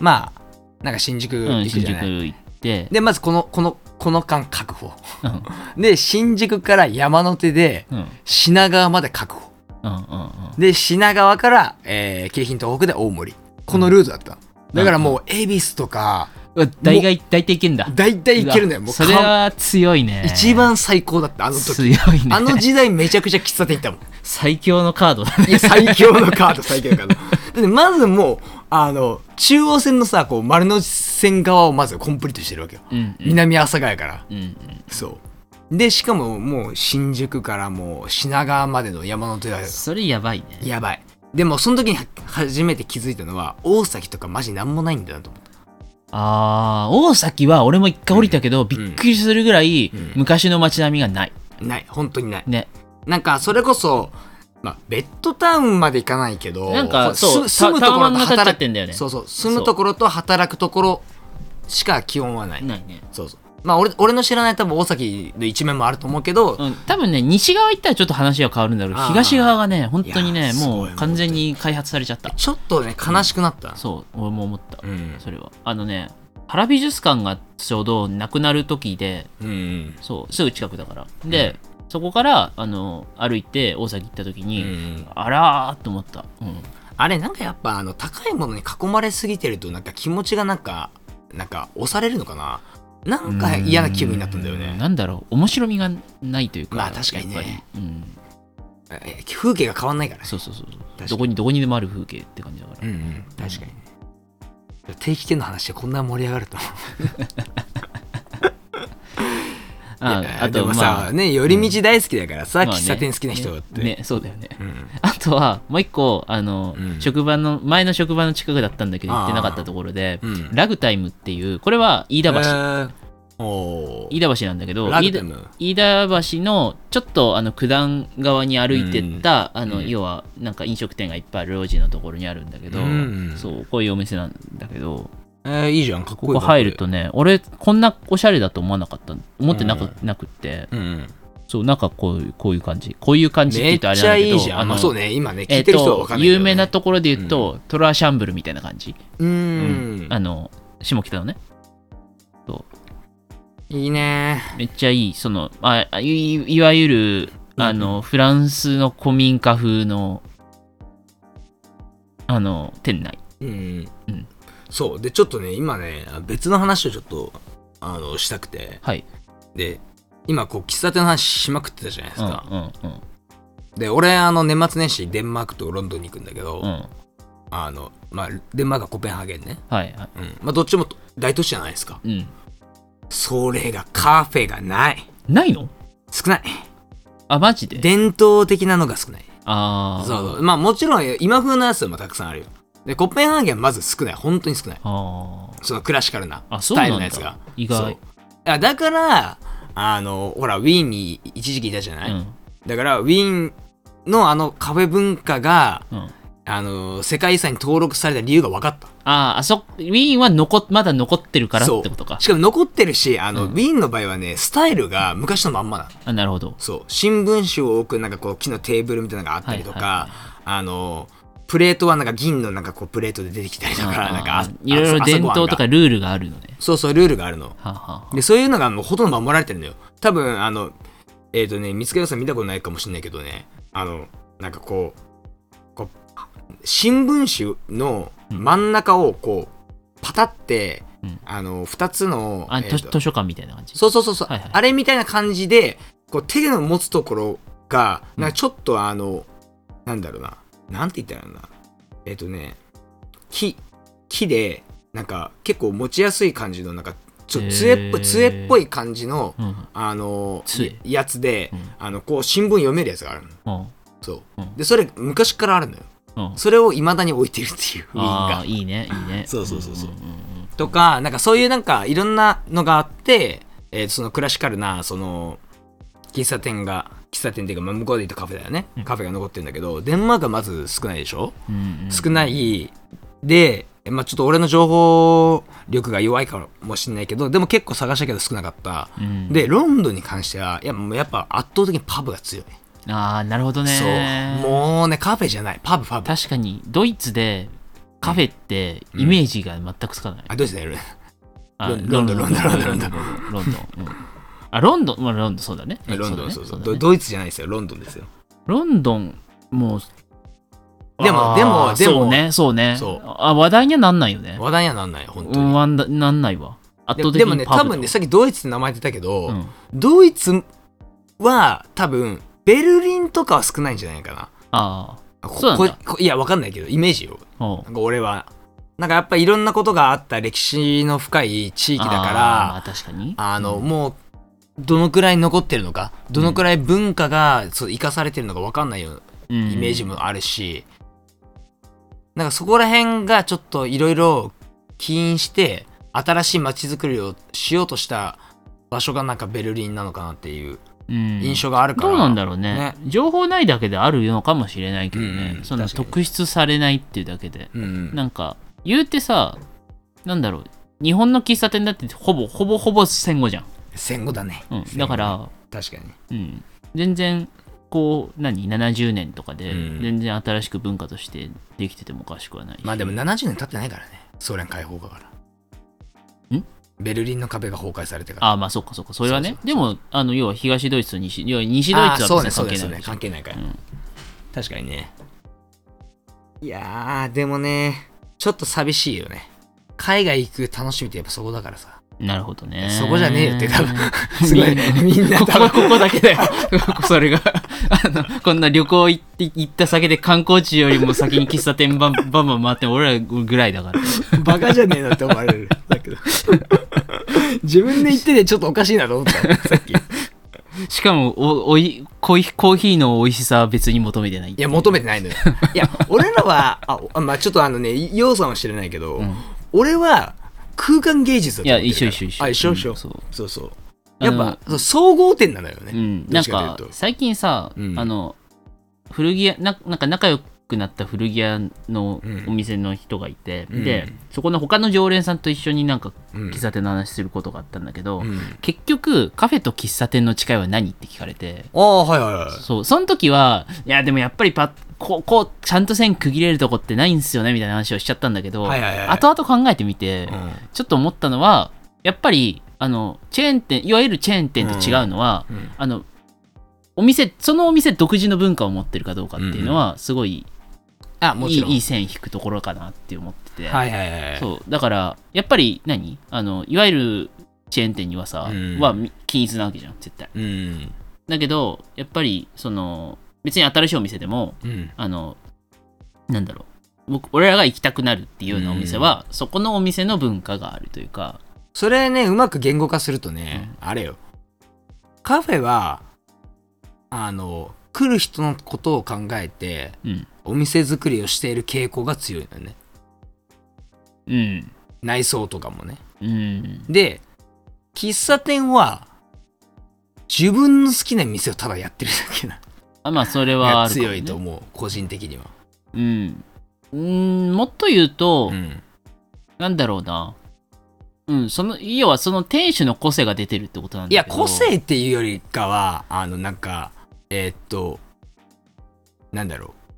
C: まあなんか新宿
B: う
C: 行
B: ん、
C: く
B: 新
C: じゃ
B: 宿
C: ない、
B: 行って
C: でまずこのこのこの間確保
B: うんうん
C: で新宿から山手で
B: うん
C: 品川まで確保
B: うんうん
C: で品川から、えー、京浜東北で大森このルートだったのだからもう恵比寿とか
B: うん大概大体行けんだ
C: 大体行けるのよもう
B: それ
C: かん
B: は強いね
C: 一番最高だったあの時
B: 強いね
C: あの時代めちゃくちゃ喫茶店行ったもん
B: 最強のカードだね
C: いや最強のカード最強のカードだってまずもうあの中央線のさこう丸の内線側をまずコンプリートしてるわけよ
B: うんうん
C: 南阿佐ヶ谷から
B: うんうん
C: そうでしかももう新宿からもう品川までの山手だよ
B: それやばいね
C: やばいでもその時には初めて気づいたのは大崎とかマジなんもないんだなと思った
B: あー大崎は俺も一回降りたけど、びっくりするぐらい
C: うん
B: 昔の街並みがない
C: ない本当にない
B: ね
C: なんかそれこそまあ、ベッドタウンまで行かないけど
B: なんか
C: す
B: そう
C: 住むところと
B: タワマンが建っちゃっ
C: 働
B: てんだよ
C: く
B: ね
C: そうそう住むところと働くところしか気温はない
B: ないね
C: そうそうまあ俺俺の知らない多分大崎の一面もあると思うけど、
B: うん、多分ね西側行ったらちょっと話は変わるんだろうけど
C: あー
B: 東側がね本当に
C: いや
B: ね
C: ーすごい
B: もう完全に開発されちゃった
C: ちょっとね悲しくなった、
B: そう俺も思った
C: うん
B: それはあのね原美術館がちょうどなくなる時で
C: うんうん
B: そうすぐ近くだからで、そこからあの歩いて大崎行った時
C: う
B: に、
C: ん
B: あらーと思った、うん、
C: あれなんかやっぱあの高いものに囲まれすぎてるとなんか気持ちがなんかなんか押されるのかななんか嫌な気分になったんだよ
B: う
C: ね
B: なんだろう面白みがないというか
C: まあ確かにね
B: やっぱりうん、
C: え風景が変わんないからね
B: そうそうそうそう
C: かに
B: どこにどこにでもある風景って感じだから、
C: うんうん確かにね定期券の話でこんな盛り上がると
B: あ
C: いや
B: あ
C: で
B: と
C: も
B: ま
C: さ、
B: あ
C: ね寄り道大好きだからさ、
B: まあね
C: 喫茶店好きな人って、
B: ねねそうだよね
C: うん
B: あとはもう一個あの、
C: うん
B: 職場の前の職場の近くだったんだけど行ってなかったところで、
C: うん
B: ラグタイムっていうこれは飯田橋、
C: えーおー
B: 飯田橋なんだけど
C: ラ
B: 飯
C: グ
B: 田
C: タム
B: 飯田橋のちょっとあの九段側に歩いてった、あの
C: うん
B: 要はなんか飲食店がいっぱいある路地のところにあるんだけど、
C: うん
B: そうこういうお店なんだけど
C: えーいいじゃんかっこい
B: こ
C: い
B: こ入るとね俺こんなおしゃれだと思わなかった思ってなく,、
C: う
B: なくって
C: うんうん
B: そうなんかこういうこういう感じこういう感じって
C: め
B: 言
C: っ
B: う
C: ち
B: とあ
C: ゃ
B: れなんだけ
C: い
B: ど
C: いじゃんあまあそうね今ね聞
B: え
C: い
B: って
C: る人は分
B: と
C: かんないけ
B: 有
C: どね、
B: 名なところで言うと、トラーシャンブルみたいな感じ、
C: う
B: うんあの下北のね
C: いいね
B: めっちゃいいそのああいいわゆるあの、フランスの古民家風のあの店内
C: うん、
B: うん
C: そうでちょっとね今ね別の話をちょっとあのしたくて
B: はい
C: で今こう喫茶店の話しまくってたじゃないです
B: うんう
C: か、
B: んうん
C: で俺あの年末年始デンマークとロンドンに行くんだけど、
B: うん
C: あのまあデンマークはコペンハーゲンね、
B: はいはい
C: うんまあ、どっちも大都市じゃないですか
B: うん
C: それがカフェがない
B: ないの
C: 少ない
B: あマジで
C: 伝統的なのが少ない
B: ああ
C: そうそうまあもちろん今風のやつもたくさんあるよでコペンハーゲンはまず少ない本当に少ない
B: あー
C: そのクラシカルな
B: あ
C: ス
B: そうな
C: タ
B: ん
C: イ
B: だ
C: ルのやつが
B: 意
C: そう
B: 外
C: いやだからあのほらウィーンに一時期いたじゃない、
B: うん
C: だからウィーンのあのカフェ文化が
B: うん
C: あの世界遺産に登録された理由が分かった
B: あーあそウィーンは残まだ残ってるからってことか
C: しかも残ってるしあの、
B: うん
C: ウィーンの場合はねスタイルが昔のまんまなの
B: あなるほど
C: そう新聞紙を置くなんかこう木のテーブルみたいなのがあったりとか、
B: はいは
C: あのプレートはなんか銀のなんかこうプレートで出てきたりとか
B: あー
C: なんかあ
B: いろいろ
C: 朝
B: 伝
C: ごはんが
B: 統とかルールがあるのね
C: そうそうルールがあるの
B: はあはあはあ
C: でそういうのがもうほとんど守られてるのよ多分あのえっ、とね見つけよさん見たことないかもしれないけどねあのなんかこうこう新聞紙の真ん中をこうパタって、
B: うん
C: あの2つの
B: あ、
C: えー
B: 図
C: と
B: 図書館みたいな感じ
C: そうそうそうそう、
B: はいはい
C: あれみたいな感じでこう手の持つところがなんかちょっとあの、なんだろうななんて言ったらいいんだろうなえっ、とね木木でなんか結構持ちやすい感じのなんかちょっ
B: へ
C: と
B: ー
C: 杖っぽい杖っぽい感じの
B: うんうん
C: あの
B: 杖
C: やつで、
B: うん
C: あのこう新聞読めるやつがあるの
B: うん
C: そう、
B: うん
C: でそれ昔からあるのよ
B: うん
C: それをいまだに置いてるっていうウィーン
B: あ
C: が
B: あいいねいいね
C: そうそうそうそうん
B: んん
C: とか、なんかそういうなんかいろんなのがあって、えーそのクラシカルな、その、喫茶店が、喫茶店っていうか、まあ、向こうで言うとカフェだよね。カフェが残ってるんだけど、デンマークはまず少ないでしょ、
B: うんうん
C: 少ない。で、まあ、ちょっと俺の情報力が弱いかもしれないけど、でも結構探したけど少なかった。
B: うん
C: で、ロンドンに関しては、いや、もうやっぱ圧倒的にパブが強い。
B: ああなるほどね
C: そう。もうね、カフェじゃない。パブ、パブ。
B: 確かにドイツでカフェって
C: うん
B: イメージが全くつかない、
C: あ、どうしてやる
B: あ
C: ロンロンドンロンドン
B: ロンドンロンドンうんあロンドンまあロンドンそうだね
C: ロンドン、そ
B: そうう
C: そ
B: だ
C: うド
B: ねそうだね
C: ドイツじゃないですよ。ロンドンですよ。
B: ロンドンもう
C: でも
B: あー
C: でもでも
B: そうねそうね
C: そう
B: あ話題にはなんないよね
C: 話題にはなんない、本当
B: う
C: に。
B: んわんだなんないわ圧
C: で
B: 倒的
C: でもね
B: にパ
C: 多
B: ブだ
C: 分ねさっきドイツって名前出たけど、
B: うん
C: ドイツは多分ベルリンとかは少ないんじゃないか
B: あ
C: なこ
B: そうなんだ
C: こいやわかんないけどイメージよ
B: あおう
C: なんか俺はなんかやっぱいろんなことがあった歴史の深い地域だか
B: あーま
C: ら
B: あ確かに
C: あの、
B: うん
C: もうどのくらい残ってるのかどのくらい文化がそう生かされてるのかわかんないようなイメージもあるし、なんかそこら辺がちょっといろいろ起因して新しい街づくりをしようとした場所がなんかベルリンなのかなっていう印
B: 印
C: 象があるから、
B: どうなんだろうね
C: ね
B: 情報ないだけであるのかもしれないけど
C: う
B: ね
C: ん、うん
B: そんな
C: 確かに
B: 特筆されないっていうだけで
C: うんうん
B: なんか言うてさなんだろう日本の喫茶店だってほぼほぼほぼ戦後じゃん
C: 戦後だね。
B: うん、だから、
C: 確かに。
B: うん、全然こう何70年とかで
C: うん
B: 全然新しく文化としてできててもおかしくはないし、
C: まあでも70年経ってないからね。ソ連解放だから。
B: ん
C: ベルリンの壁が崩壊されてから。
B: ああまあそっかそっかそれはね
C: そうそう
B: でもあの要は東ドイツと西要は西ドイツ
C: あー
B: は
C: そうね、
B: 別
C: そう
B: に
C: ね、そう
B: 関係な
C: ね。
B: い
C: 関係ないから
B: う。ん
C: 確かにね。いやー、でもね、ちょっと寂しいよね。海外行く楽しみってやっぱそこだからさ。
B: なるほどね
C: そこじゃねえよって多分
B: みん
C: すごい、みんな
B: こ
C: 多
B: こ
C: 分
B: ここだけだよ それがあのこんな旅行行って行った先で観光地よりも先に喫茶 店バンバンバン回って俺らぐらいだから
C: バカじゃねえなって思われる。だけど。自分で言っててちょっとおかしいなと思った。さっき。い
B: しかもおおいコーヒーコーヒーの美味しさは別に求めてない
C: や、求めてないのよ。いや、俺らは、あおあまあちょっとあのね、要素は知らないけど、
B: うん
C: 俺は空間芸術だ
B: い
C: と
B: や
C: 思って
B: 一
C: るか
B: 緒
C: ら。
B: 一緒一緒
C: あ、一緒一緒。
B: うんそう
C: そうそう。
B: あ
C: や
B: の
C: っぱ、そう総合点なのよね。
B: うん、
C: ど
B: な
C: っ
B: ん
C: ちか
B: か
C: というと
B: 最近さ、
C: うん
B: あの古着屋ななんか仲良くなった古着屋の
C: うん
B: お店の人がいて、
C: うん
B: でそこの他の常連さんと一緒になんか
C: うん
B: 喫茶店の話することがあったんだけど、
C: うん
B: 結局カフェと喫茶店の違いは何って聞かれて
C: ああ、はいはいはい。
B: そうその時はいやでもやっぱりパッこうこうちゃんと線区切れるとこってないんですよねみたいな話をしちゃったんだけど、
C: はいはいはい
B: 後々考えてみて、
C: う
B: ちょっと思ったのはやっぱりあのチェーン店いわゆるチェーン店と違うのは、
C: んうん
B: あのお店そのお店独自の文化を持ってるかどうかっていうのはすごい
C: あ、
B: い
C: も
B: い,、
C: ちろん。
B: いい線引くところかなって思ってて、
C: はいはいはい。
B: そうだからやっぱり何あのいわゆるチェーン店にはさ、
C: うん
B: はみ均一なわけじゃん絶対
C: うん。
B: だけどやっぱりその別に新しいお店でも
C: うん。
B: あのなんだろう僕俺らが行きたくなるっていうようなお店は、そこのお店の文化があるというか
C: それね、うまく言語化するとね、あれよ。カフェは、あの、来る人のことを考えて、
B: うん
C: お店作りをしている傾向が強いのよね。
B: うん
C: 内装とかもね。
B: うん
C: で、喫茶店は、自分の好きな店をただやってるだ けな。
B: あまあそれはあるかもね、
C: 強いと思う、個人的には。
B: うんうんもっと言うと、
C: うん。
B: なんだろうなうんその要はその店主の個性が出てるってことなんだ
C: い
B: け
C: や、
B: ど
C: 個性っていうよりかは、あの、なんか、えーっと、なんだろう。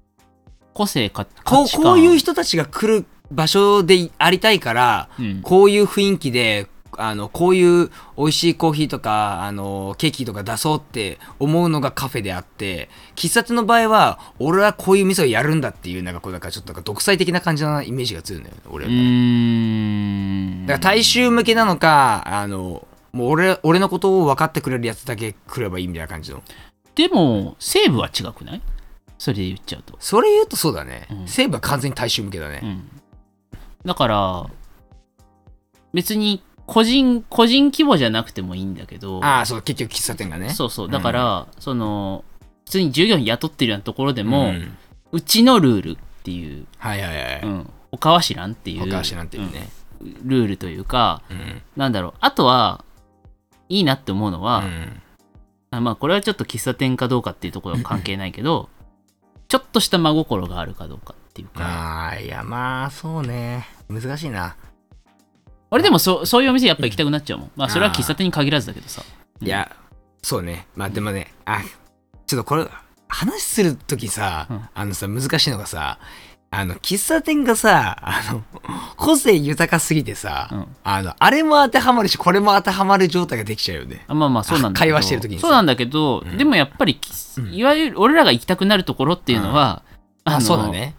B: 個性か
C: こうこういう
B: 人、
C: 人たちが来る場所でありたいから、
B: うん
C: こういう雰囲気で、あのこういう美味しいコーヒーとかあのケーキとか出そうって思うのがカフェであって喫茶店の場合は俺はこういう店をやるんだっていうなんかこうなんかちょっとなんか独裁的な感じなイメージが強いのよね俺
B: う
C: は、
B: ーん
C: だから大衆向けなのかあのもう俺俺のことを分かってくれるやつだけ来ればいいみたいな感じの
B: でも西部は違くないそれで言っちゃうと、
C: それ言うとそうだね、
B: うん
C: 西武は完全に大衆向けだね、
B: うん、だから別に個人個人規模じゃなくてもいいんだけど
C: ああそう結局喫茶店がね
B: そうそう
C: うん
B: だから、その普通に従業員雇ってるようなところで
C: う
B: も、うんちのルールっていう、
C: はいはいはい、
B: うん、他は知らんっていう
C: 他は知らんっていうね、
B: うんルールというか
C: うん
B: なんだろうあとはいいなって思うのは、
C: うん
B: あまあこれはちょっと喫茶店かどうかっていうところは関係ないけどちょっとした真心があるかどうかっていうか
C: ああいやまあそうね難しいな、
B: 俺でもそそういうお店やっぱ行きたくなっちゃうもんまあそれは喫茶店に限らずだけどさうん
C: いやそうねまあでもねあちょっとこれ話するときさ、
B: うん
C: あのさ難しいのがさあの喫茶店がさあの 個性豊かすぎてさ、
B: うん
C: あのあれも当てはまるしこれも当てはまる状態ができちゃうよね
B: あまあまあそうなんだけ
C: 会
B: ど
C: 話してる時にさ
B: そうなんだけど、
C: うん
B: でもやっぱりき
C: うん
B: いわゆる俺らが行きたくなるところっていうのは、
C: あ
B: の
C: そうだね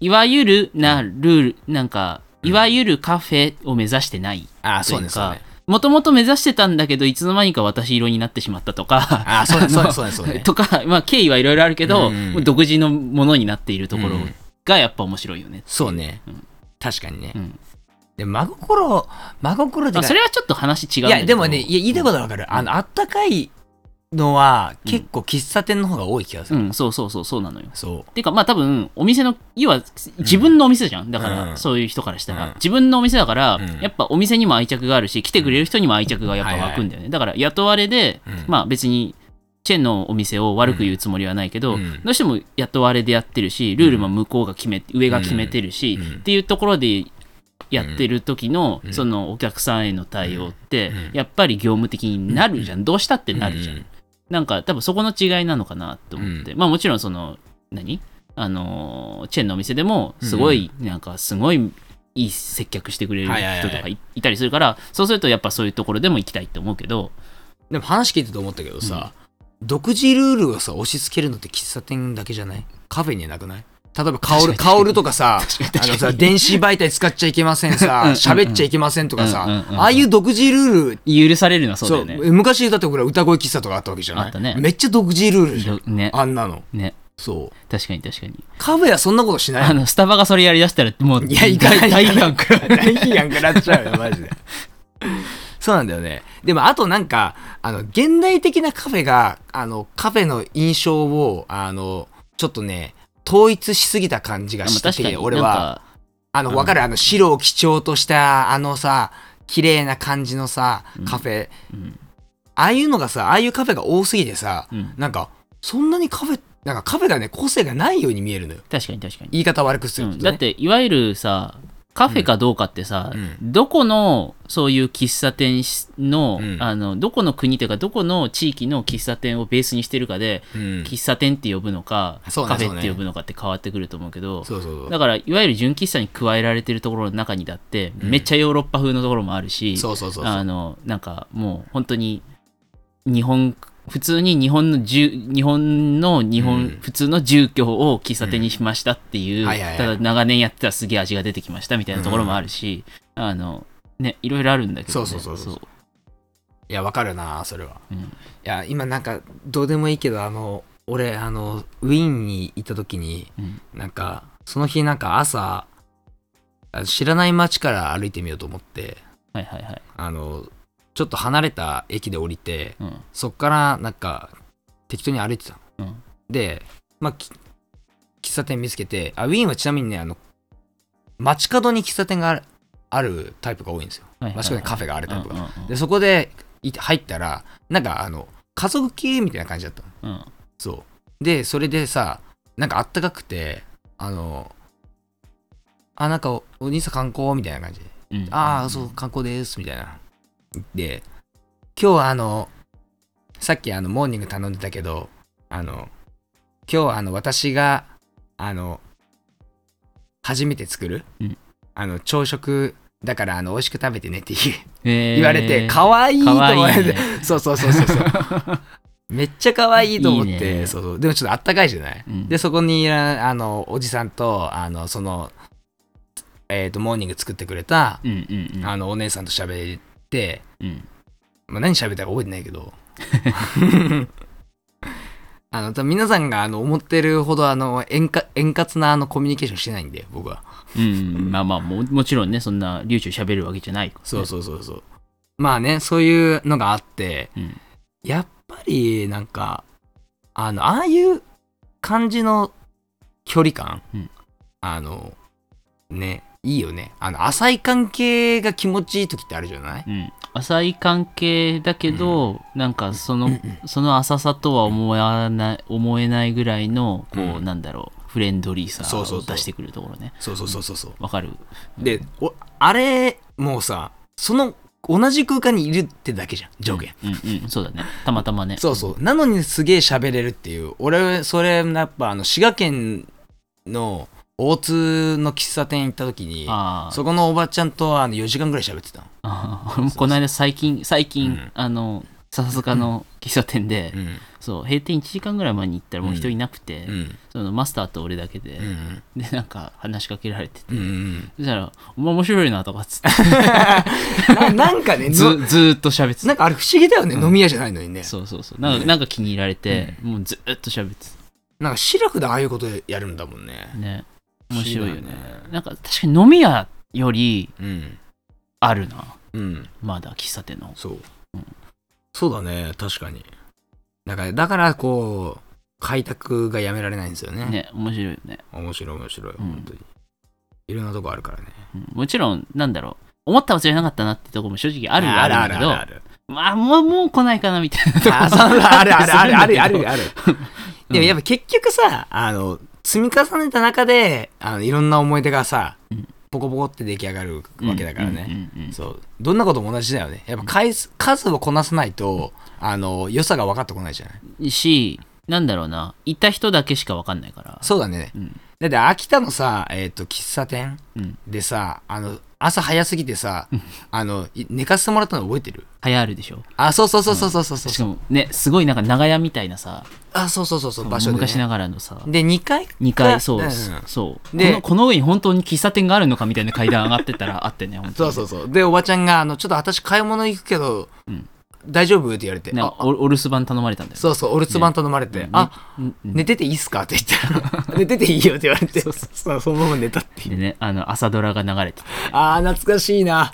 B: いわゆるなルールなんかいわゆるカフェを目指してない
C: あそう
B: とい
C: ね
B: う
C: そう
B: か
C: ね
B: もともと目指してたんだけどいつの間にか私色になってしまったとか
C: あそうねそうねそうねそう ね
B: とか、まあ、経緯はいろいろあるけど、
C: うん
B: もう独自のものになっているところ
C: うん
B: がやっぱ面白いよね。
C: そうね、
B: うん
C: 確かにね、
B: うん
C: で真心真心で
B: あそれはちょっと話違うん
C: い
B: だけど
C: やでもねいや言いたいことはわかる、あのあったかいのは
B: うん
C: 結構喫茶店の方が多い気がす
B: う
C: る、
B: ん、そうそうそうそうなのよ。
C: そう
B: てかまあ多分お店の要は自分のお店じゃんだから、
C: うん
B: そういう人からしたら、
C: うん
B: 自分のお店だから、
C: うん
B: やっぱお店にも愛着があるし来てくれる人にも愛着がやっぱ湧くんだよね、だから雇われで、
C: うん
B: まあ別にチェーンのお店を悪く言うつもりはないけど、
C: うん
B: どうしても雇われでやってるしルールも向こうが決め上が決めてるし、
C: うん
B: っていうところでやってる時の、
C: うん
B: そのお客さんへの対応って、
C: うん
B: やっぱり業務的になるじゃん、どうしたってなるじゃん、
C: うん
B: なんか多分そこの違いなのかなと思って、まあもちろんその何あのーチェーンのお店でもすごい、なんかすごいいい接客してくれる
C: はいはいはい
B: 人とかいいたりするからそうするとやっぱそういうところでも行きたいって思うけど
C: でも話聞いてて思ったけどさ、独自ルールをさ押し付けるのって喫茶店だけじゃないカフェにはなくない例えばカオル
B: 確かに
C: カオルとか さ
B: 確か
C: あ
B: に
C: のさ電子媒体使っちゃいけません
B: うんうん
C: さ
B: うん
C: 喋っちゃいけませんとか
B: うんうん
C: さ
B: うん
C: ああいう独自ルール
B: 許されるのはそうだよね
C: そう昔だってこれ歌声喫茶とかあったわけじゃない
B: あったね
C: めっちゃ独自ルールじゃん
B: どね
C: あんなの
B: ね
C: そう
B: 確かに確かに
C: カフェはそんなことしない
B: あのスタバがそれやりだしたらもう
C: いや、行かない。
B: 大変く
C: 大批判食らっちゃうよ、マジで。そうなんだよね。でも、あとなんか、あの、現代的なカフェが、あの、カフェの印象を、あの、ちょっとね、統一しすぎた感じがして
B: 確か
C: て、
B: に
C: 俺は、あ
B: う
C: の、
B: ん
C: わかるあの、白を基調とした、あのさ、綺麗な感じのさ
B: うん、
C: カフェ。
B: なんか
C: ああいうのがさ、ああいうカフェが多すぎてさ、
B: うんうん
C: なんか、そんなにカフェ、なんかカフェがね、個性がないように見えるのよ。
B: 確かに確かに
C: 言い方悪くする
B: うん
C: と、ね
B: だっていわゆるさカフェかどうかってさ、
C: う
B: どこのそういう喫茶店の,、
C: うん
B: あのどこの国というかどこの地域の喫茶店をベースにしてるかで、
C: うん
B: 喫茶店って呼ぶのか、
C: そうね
B: カフ
C: そう
B: ェっ
C: ね
B: て呼ぶのかって変わってくると思うけど
C: そうそう
B: だからいわゆる純喫茶に加えられてるところの中にだって、
C: うん
B: めっちゃヨーロッパ風のところもあるし
C: そう。そうそうそうそう。
B: あのなんかもう本当に日本普通に日本の住日本の日本、
C: うん
B: 普通の住居を喫茶店にしましたっていう、
C: うんはいはいはい
B: ただ長年やってたらすげえ味が出てきましたみたいなところもあるし、あのねいろいろあるんだけど、ね、
C: そうそうそうそういや、わかるな、それは。
B: うん
C: いや、今なんか、どうでもいいけど、あの、俺、あの、ウィーンに行った時に、
B: うん
C: なんか、その日なんか朝、あの知らない街から歩いてみようと思って、
B: はいはいはい、
C: あの、ちょっと離れた駅で降りて、
B: うん
C: そっからなんか、適当に歩いてたの。
B: うん
C: で、まあ、き喫茶店見つけて、あ、ウィーンはちなみにね、あの、街角に喫茶店があるあるタイプが多いんですよ。
B: はいはいはい
C: 街角にカフェがあるタイプが。
B: うんうん
C: でそこでい入ったらなんかあの家族系みたいな感じだったの
B: うんうん
C: そうでそれでさなんかあったかくてあのあなんかおお兄さん観光みたいな感じで
B: うん
C: ああそう観光ですみたいなで今日はあのさっきあのモーニング頼んでたけどあの今日はあの私があの初めて作る、
B: うん
C: あの朝食だからあの美味しく食べてねって言う
B: へー
C: 言われて、可愛いと
B: か
C: 思
B: わ
C: っ
B: いい
C: て、
B: ね
C: そうそうそうそう そう。めっちゃ可愛いと思って、
B: いいね
C: そうそうでもちょっとあったかいじゃない。
B: うん
C: で、そこにいらあのおじさんと、あのその、えっ、と、モーニング作ってくれた、
B: うんうんうん
C: あのお姉さんと喋って、
B: うん
C: まあ、何喋ったか覚えてないけ ど。 あの多分皆さんがあの思ってるほどあの円滑円滑なあのコミュニケーションしてないんで僕は
B: うんまあまあももちろんねそんな流暢しゃべるわけじゃないからね
C: そうそうそうそうまあねそういうのがあって
B: うん
C: やっぱりなんかあのああいう感じの距離感、
B: うん
C: あのねいいよねあの浅い関係が気持ちいい時ってあるじゃない
B: うん、浅い関係だけど、なんかそのその浅さとは思わない思えないぐらいのこう、
C: うん
B: なんだろうフレンドリーさ
C: そうそ
B: を
C: うそう
B: 出してくるところね
C: そうそうそうそうそう
B: わかる
C: でおあれもうさその同じ空間にいるってだけじゃん上下、
B: うんうんそうだねたまたまね
C: そうそうなのにすげえ喋れるっていう俺それやっぱあの滋賀県の大津の喫茶店行った時に
B: あー
C: そこのおばちゃんとあの4時間ぐらい喋ってたの
B: あー俺も この間最近最近、
C: うん
B: あの笹塚の喫茶店で、
C: うん
B: そう閉店1時間ぐらい前に行ったらもう人いなくて、
C: うん
B: そのマスターと俺だけで、
C: うん
B: でなんか話しかけられて
C: う
B: て、
C: んうん
B: そしたら「お前面白いな」とかっつって
C: ななんかね、
B: ず
C: ず
B: ずーっと喋ってた
C: なんかあれ不思議だよね、飲み屋じゃないのにね。
B: そうそうそうなんか
C: ね
B: なんか気に入られて、もうずーっと喋って
C: なんかシラフでああいうことやるんだもんね
B: た。ね面白いよね
C: 不思議だね
B: なんか確かに飲み屋より
C: うん。
B: あるな
C: うん、
B: まだ喫茶店の
C: そう
B: うん。
C: そうだね、確かに。だから、だからこう、開拓がやめられないんですよね。
B: ね面白いよね、
C: 面白い面白い、本当に。いろんなとこあるからね。
B: うんもちろんなんだろう思った忘れなかったなってとこも正直あるは
C: ある
B: あ
C: あ
B: る
C: る
B: んだ
C: あ
B: けど
C: るある。
B: まあもうもう来ないかなみたいなとこも
C: あそうあるあるあるあるあ
B: すん
C: る
B: だ
C: ある。
B: うん
C: でもやっぱ結局さ、あの、積み重ねた中で、あのいろんな思い出がさ、
B: うん
C: ポコポコって出来上がるわけだからね、
B: うんうんうん
C: そうどんなことも同じだよねやっぱ回数数をこなさないとあの良さが分かってこないじゃない
B: うんしなんだろうないた人だけしか分かんないから
C: そうだね、
B: うん
C: だって秋田のさ、えっと喫茶店
B: うん
C: でさあの朝早すぎてさあのい寝かせてもらったの覚えてる
B: 流行るでしょ
C: あそうそうそうそうそうそうそう
B: しかもねすごいなんか長屋みたいなさ
C: あそうそうそうそう場所で、ね、
B: 昔ながらのさ
C: で2階
B: 2階そう、
C: ん
B: そう
C: で
B: このこの上に本当に喫茶店があるのかみたいな階段上がってっ たらあってね本当
C: そう
B: に
C: そうそうでおばちゃんがあの「ちょっと私買い物行くけど、
B: ん
C: 大丈夫?」って言われて「
B: なん
C: あ
B: かおお留守番頼まれたんだよ
C: そうそう俺つばん頼まれて、
B: ね
C: あ
B: うんうん
C: 寝てていいっすか?」って言ったら「寝てていいよ」って言われてそうそのまま寝たっていう
B: でねあの朝ドラが流れてて
C: あー懐かしいな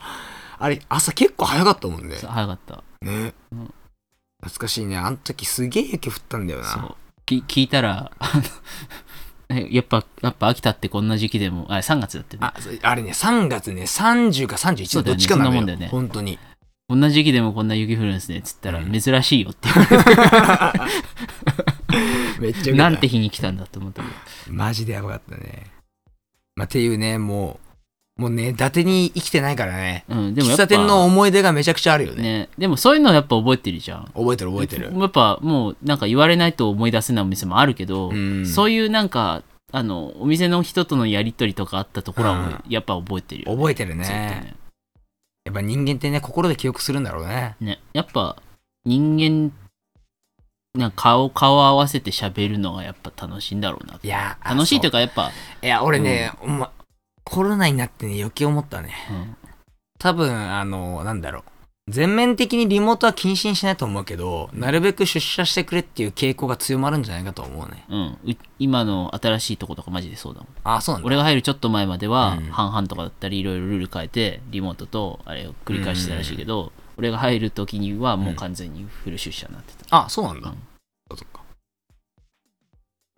C: あれ朝結構早かったもんね
B: 早かった
C: ね、
B: うん
C: 懐かしいねあの時すげえ雪降ったんだよ
B: そ
C: な
B: うき聞いたらあの えやっぱやっぱ秋田ってこんな時期でもあ3月だってね
C: あそうあれね3月ね30か31
B: そ
C: の
B: うだ
C: ど
B: よ
C: っ
B: ね
C: ちかなの
B: そんなもんだ
C: よ
B: よね
C: 本当に
B: こんな時期でもこんな雪降るんですねっつったら
C: うん
B: 珍しいよって言わ れ
C: めっち
B: て
C: ゃ
B: なんて日に来たんだと思ったけど
C: マジでやばかったねまあっていうねもうもうね伊達に生きてないからね
B: うんでもや
C: 喫
B: っぱ
C: 茶店の思い出がめちゃくちゃあるよね
B: ねでもそういうのやっぱ覚えてるじゃん
C: 覚えてる覚えてる
B: やっぱもうなんか言われないと思い出せないお店もあるけど、
C: うん
B: そういうなんかあのお店の人とのやり取りとかあったところはもうやっぱ覚えてるよ、
C: 覚えてるね
B: ずっと
C: やっぱ人間ってね心で記憶するんだろうね
B: ねねやっぱ人間なんか顔顔合わせて喋るのがやっぱ楽しいんだろうない
C: やーあ
B: 楽しい
C: そ
B: というかやっぱ、
C: ういや俺ね、おま、コロナになってね余計思ったね
B: うん
C: 多分あのなんだろう全面的にリモートは禁止にしないと思うけどなるべく出社してくれっていう傾向が強まるんじゃないかと思うね
B: うんう今の新しいとことかマジでそうだもん
C: ああそうなんだ
B: 俺が入るちょっと前までは
C: うん
B: 半々とかだったりいろいろルール変えてリモートとあれを繰り返してたらしいけど、俺が入る時にはもう完全にフル出社になってた、
C: あそうなんだ、
B: うん
C: そっか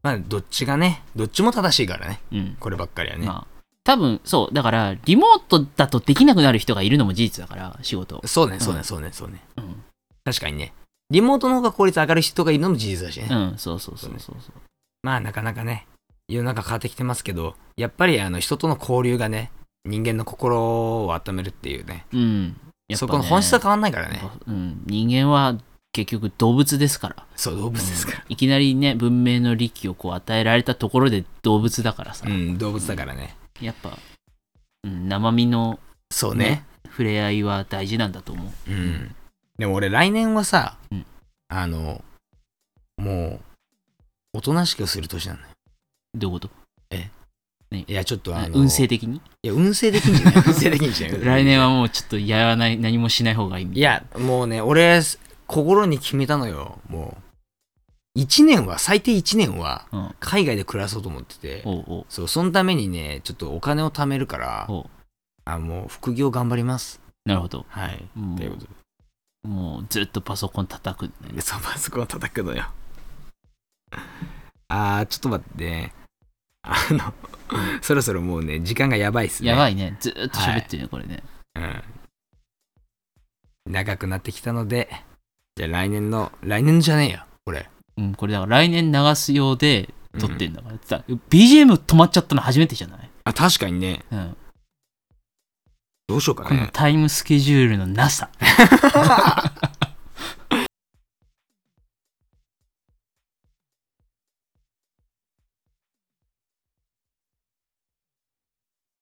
C: まあどっちがねどっちも正しいからね
B: うん
C: こればっかりはね、
B: まあ多分そうだからリモートだとできなくなる人がいるのも事実だから仕事、
C: そうね
B: ん
C: そうねそうねそうね
B: うん、
C: 確かにねリモートの方が効率上がる人がいるのも事実だしね、
B: うん、そうそうそうそうそう
C: まあなかなかね世の中変わってきてますけどやっぱりあの人との交流がね人間の心を温めるっていうね
B: うんやっぱね
C: そこの本質は変わんないからね
B: うん、人間は結局動物ですから
C: そう動物ですから
B: いきなりね文明の利器をこう与えられたところで動物だからさ、
C: うん動物だからね
B: やっぱ、うん、生身の
C: そうね
B: ね触れ合いは大事なんだと思う
C: うんでも俺来年はさ、
B: うん
C: あのもうおとなしくする年なのよ
B: どういうこと
C: いやちょっとあの
B: 運勢的に
C: いや、運勢的にじゃ ない。運勢的にじゃない。
B: 来年はもうちょっとやらない何もしない方がいいみ
C: い
B: たい
C: や、もうね、俺、心に決めたのよ。もう。1年は、最低1年は、
B: な、うん、
C: 海外で暮らそうと思ってて。
B: おうおう
C: そう、そのためにね、ちょっとお金を貯めるから、
B: おう
C: あもう副業頑張ります。
B: なるほど
C: はい。
B: も
C: ということ
B: うもうずっとパソコン叩くね
C: で。そう、パソコンを叩くのよ。あー、ちょっと待ってね。あの、そろそろもうね、時間がやばいっすね。
B: やばいねずーっと喋ってるね、これね
C: うん。長くなってきたので、じゃあ来年の、来年のじゃねえや、これ。
B: うんこれだから来年流す用で撮ってんだから、さ BGM 止まっちゃったの初めてじゃない、
C: あ、確かにね。
B: うん、
C: どうしようか
B: この。タイムスケジュールのなさ